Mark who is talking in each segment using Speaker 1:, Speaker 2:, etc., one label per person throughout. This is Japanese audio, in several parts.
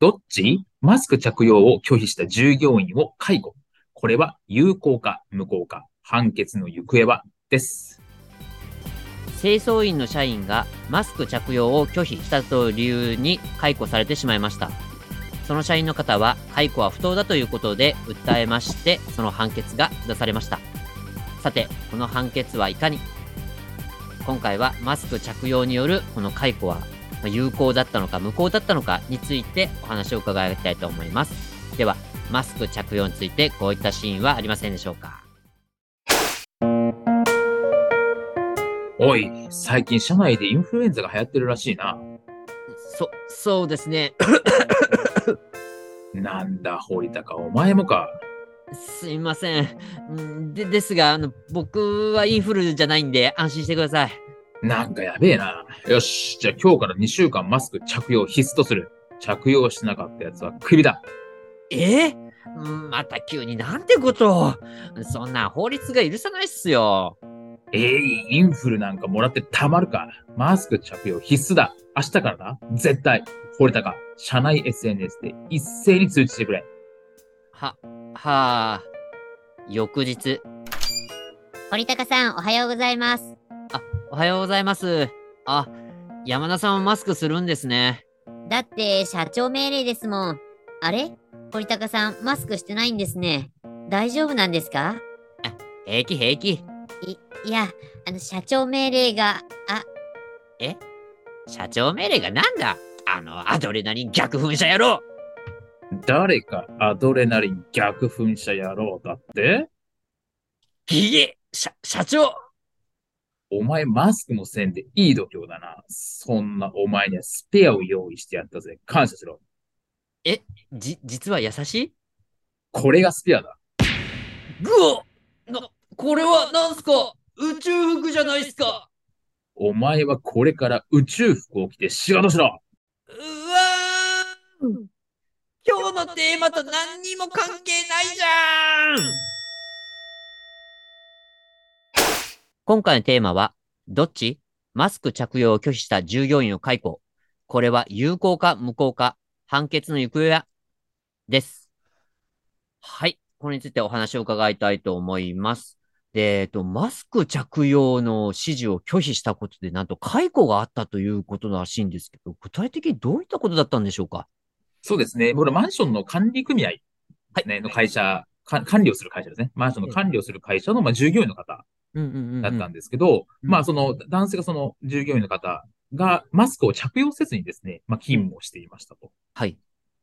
Speaker 1: どっちマスク着用を拒否した従業員を解雇これは有効か無効か判決の行方はです
Speaker 2: 清掃員の社員がマスク着用を拒否したという理由に解雇されてしまいましたその社員の方は解雇は不当だということで訴えましてその判決が下されましたさてこの判決はいかに今回はマスク着用によるこの解雇はまあ有効だったのか無効だったのかについてお話を伺いたいと思いますではマスク着用についてこういったシーンはありませんでしょうか
Speaker 1: おい最近社内でインフルエンザが流行ってるらしいな
Speaker 2: そそうですね
Speaker 1: なんだ堀高お前もか
Speaker 2: すいませんんでですがあの僕はインフルじゃないんで安心してください
Speaker 1: なんかやべえな。よし。じゃあ今日から2週間マスク着用必須とする。着用しなかったやつはクビだ。
Speaker 2: えうんまた急になんてことをそんな法律が許さないっすよ
Speaker 1: ええインフルなんかもらってたまるか。マスク着用必須だ。明日からだ。絶対。堀高、社内 SNS で一斉に通知してくれ。
Speaker 2: ははあ翌日
Speaker 3: 堀高さん、おはようございます。
Speaker 2: おはようございますあ山田さんはマスクするんですね
Speaker 3: だって、社長命令ですもん。あれ堀高さん、マスクしてないんですね。大丈夫なんですか
Speaker 2: 平気平気
Speaker 3: いや、あの、社長命令が、あ、
Speaker 2: 社長命令がなんだあのアドレナリン逆噴射野郎
Speaker 1: 誰かアドレナリン逆噴射やろうだって
Speaker 2: ギゲ社社長
Speaker 1: お前マスクもせんでいい度胸だな。そんなお前にはスペアを用意してやったぜ。感謝しろ。
Speaker 2: じ実は優しい
Speaker 1: これがスペアだ。
Speaker 2: グオな、これはなんすか宇宙服じゃないっすか
Speaker 1: お前はこれから宇宙服を着て仕事しろ
Speaker 2: うわー今日のテーマと何にも関係ないじゃん今回のテーマは、どっちマスク着用を拒否した従業員を解雇。これは有効か無効か、判決の行方や、です。はい。これについてお話を伺いたいと思います。で、えっと、マスク着用の指示を拒否したことで、なんと解雇があったということらしいんですけど、具体的にどういったことだったんでしょうか
Speaker 1: そうですね。これマンションの管理組合、
Speaker 2: はい
Speaker 1: ね、の会社、か管理をする会社ですね。マンションの管理をする会社の、まあ、従業員の方
Speaker 2: うんうんうんうん
Speaker 1: だったんですけど、
Speaker 2: うん
Speaker 1: まあその男性がその従業員の方がマスクを着用せずにですね、まあ勤務をしていましたと
Speaker 2: はい。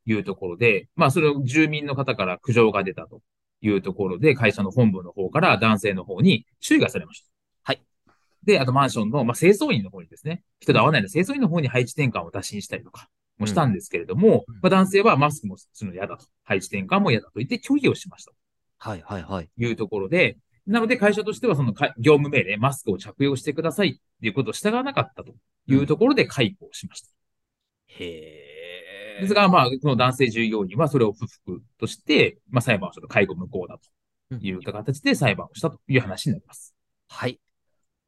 Speaker 1: いうところで、まあそれを住民の方から苦情が出たというところで、会社の本部の方から男性の方に注意がされました。
Speaker 2: はい。
Speaker 1: で、あとマンションの、まあ、清掃員の方にですね、人と会わないので清掃員の方に配置転換を打診したりとかもしたんですけれども、
Speaker 2: うん
Speaker 1: まあ、男性はマスクもするの嫌だと、配置転換も嫌だと言って拒否をしましたと
Speaker 2: はいはいはい。
Speaker 1: いうところで、なので会社としてはそのか業務命令、マスクを着用してくださいっていうことを従わなかったというところで解雇をしました。
Speaker 2: へ
Speaker 1: ですが、まあ、その男性従業員はそれを不服として、まあ、裁判をしたと、解雇無効だという形で裁判をしたという話になります。
Speaker 2: はい。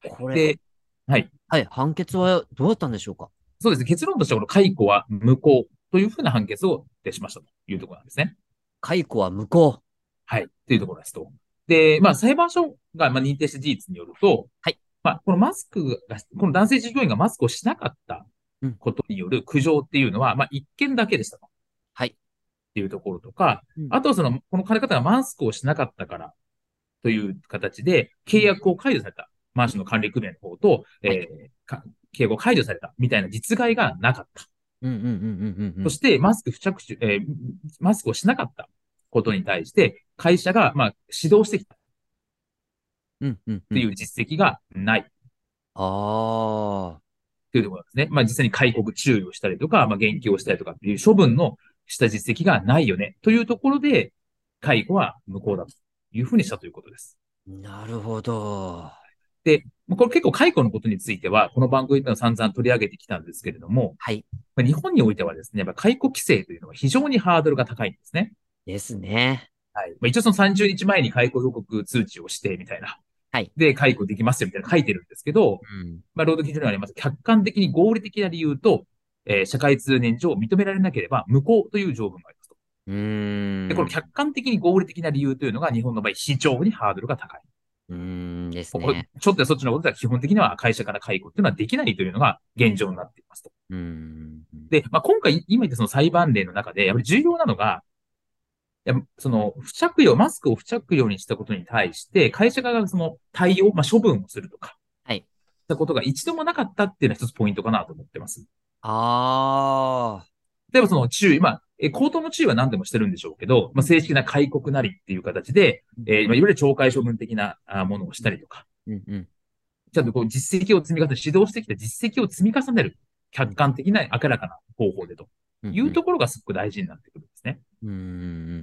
Speaker 2: これ
Speaker 1: で、はい。
Speaker 2: はい。判決はどうだったんでしょうか
Speaker 1: そうですね。結論としては、この解雇は無効というふうな判決を出しましたというところなんですね。
Speaker 2: 解雇は無効。
Speaker 1: はい。というところですと。で、まあ、裁判所がまあ認定した事実によると、
Speaker 2: はい。
Speaker 1: まあ、このマスクが、この男性従業員がマスクをしなかった
Speaker 2: うん
Speaker 1: ことによる苦情っていうのは、まあ、一件だけでしたと。
Speaker 2: はい
Speaker 1: っていうところとか、
Speaker 2: うん
Speaker 1: あとはその、この彼方がマスクをしなかったからという形で、契約を解除された、マンションの管理組合の方と、
Speaker 2: はい
Speaker 1: えーか契約を解除されたみたいな実害がなかった。
Speaker 2: うんうんうんうんうんう
Speaker 1: そ
Speaker 2: ん。
Speaker 1: して、マスク不着手、えーマスクをしなかったことに対して、会社が、まあ、指導してきたっ
Speaker 2: うんうんう
Speaker 1: てい
Speaker 2: ん。
Speaker 1: う実績がない
Speaker 2: ああ。
Speaker 1: というところなんですね。まあ、実際に戒告注意をしたりとか、まあ、言及をしたりとかっていう処分のした実績がないよね、というところで、解雇は無効だというふうにしたということです。
Speaker 2: なるほど。
Speaker 1: まあこれ結構解雇のことについては、この番組でも散々取り上げてきたんですけれども、
Speaker 2: はい。
Speaker 1: まあ日本においてはですね、まあ解雇規制というのは非常にハードルが高いんですね。
Speaker 2: ですね。
Speaker 1: はい。まあ、一応その30日前に解雇予告通知をして、みたいな。
Speaker 2: はい。
Speaker 1: で、解雇できますよ、みたいな書いてるんですけど、
Speaker 2: うん。
Speaker 1: まあ、労働基準にはあります。客観的に合理的な理由と、えー社会通念上認められなければ無効という条文がありますと。
Speaker 2: うーん。
Speaker 1: で、この客観的に合理的な理由というのが日本の場合非常にハードルが高い。
Speaker 2: うーんです
Speaker 1: ここ
Speaker 2: ね。
Speaker 1: ちょっとやそっちのことでは基本的には会社から解雇というのはできないというのが現状になっていますと。
Speaker 2: うーん。
Speaker 1: で、まあ、今回、今言ったその裁判例の中で、やっぱり重要なのが、やっぱその、不着用、マスクを不着用にしたことに対して、会社側がその対応、まあ、処分をするとか、
Speaker 2: はい。
Speaker 1: したことが一度もなかったっていうのは一つポイントかなと思ってます。
Speaker 2: あ
Speaker 1: 例えばその注意、まあ、え口頭の注意は何でもしてるんでしょうけど、まあ、正式な戒告なりっていう形で、え
Speaker 2: ー。
Speaker 1: ーまあいわゆる懲戒処分的なあものをしたりとか、
Speaker 2: うんうん。
Speaker 1: ちゃんとこう実績を積み重ね、指導してきた実績を積み重ねる、客観的な明らかな方法でと
Speaker 2: うん
Speaker 1: いうところがすごく大事になってくるんですね。
Speaker 2: うんう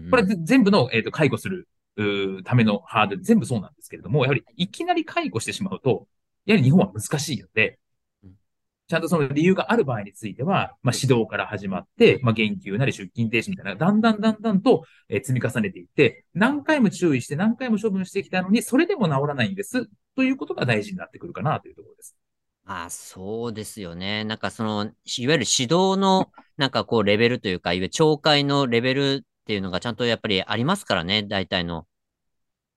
Speaker 2: ん。
Speaker 1: これはぜ全部の、えー、と解雇するうーためのハードル、全部そうなんですけれども、やはりいきなり解雇してしまうと、やはり日本は難しいので
Speaker 2: うん、
Speaker 1: ちゃんとその理由がある場合については、まあ、指導から始まって、まあ、言及なり出勤停止みたいな、だんだんだんだんと、えー積み重ねていって、何回も注意して何回も処分してきたのに、それでも治らないんです、ということが大事になってくるかなというところです。
Speaker 2: まあ、そうですよね。なんかその、しいわゆる指導の、なんかこう、レベルというか、いわゆる懲戒のレベルっていうのがちゃんとやっぱりありますからね、大体の。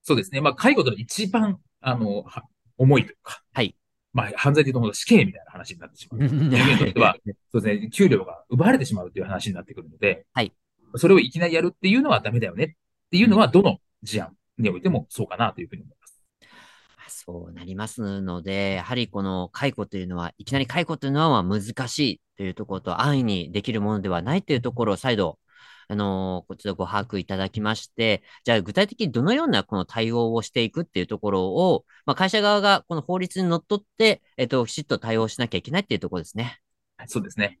Speaker 1: そうですね。まあ、介護との一番、あの、は重いというか、
Speaker 2: はい。
Speaker 1: まあ、犯罪でいうと、死刑みたいな話になってしまう。人間にとっては、そうですね、給料が奪われてしまうという話になってくるので、
Speaker 2: はい
Speaker 1: それをいきなりやるっていうのはダメだよねっていうのは、どの事案においてもそうかなというふうに思います。
Speaker 2: そうなりますので、やはりこの解雇というのは、いきなり解雇というのはまあ難しいというところと、安易にできるものではないというところを再度、あのーこちらご把握いただきまして、じゃあ具体的にどのようなこの対応をしていくっていうところを、まあ、会社側がこの法律にのっとって、えっと、きちっと対応しなきゃいけないっていうところですね。
Speaker 1: はいそうですね。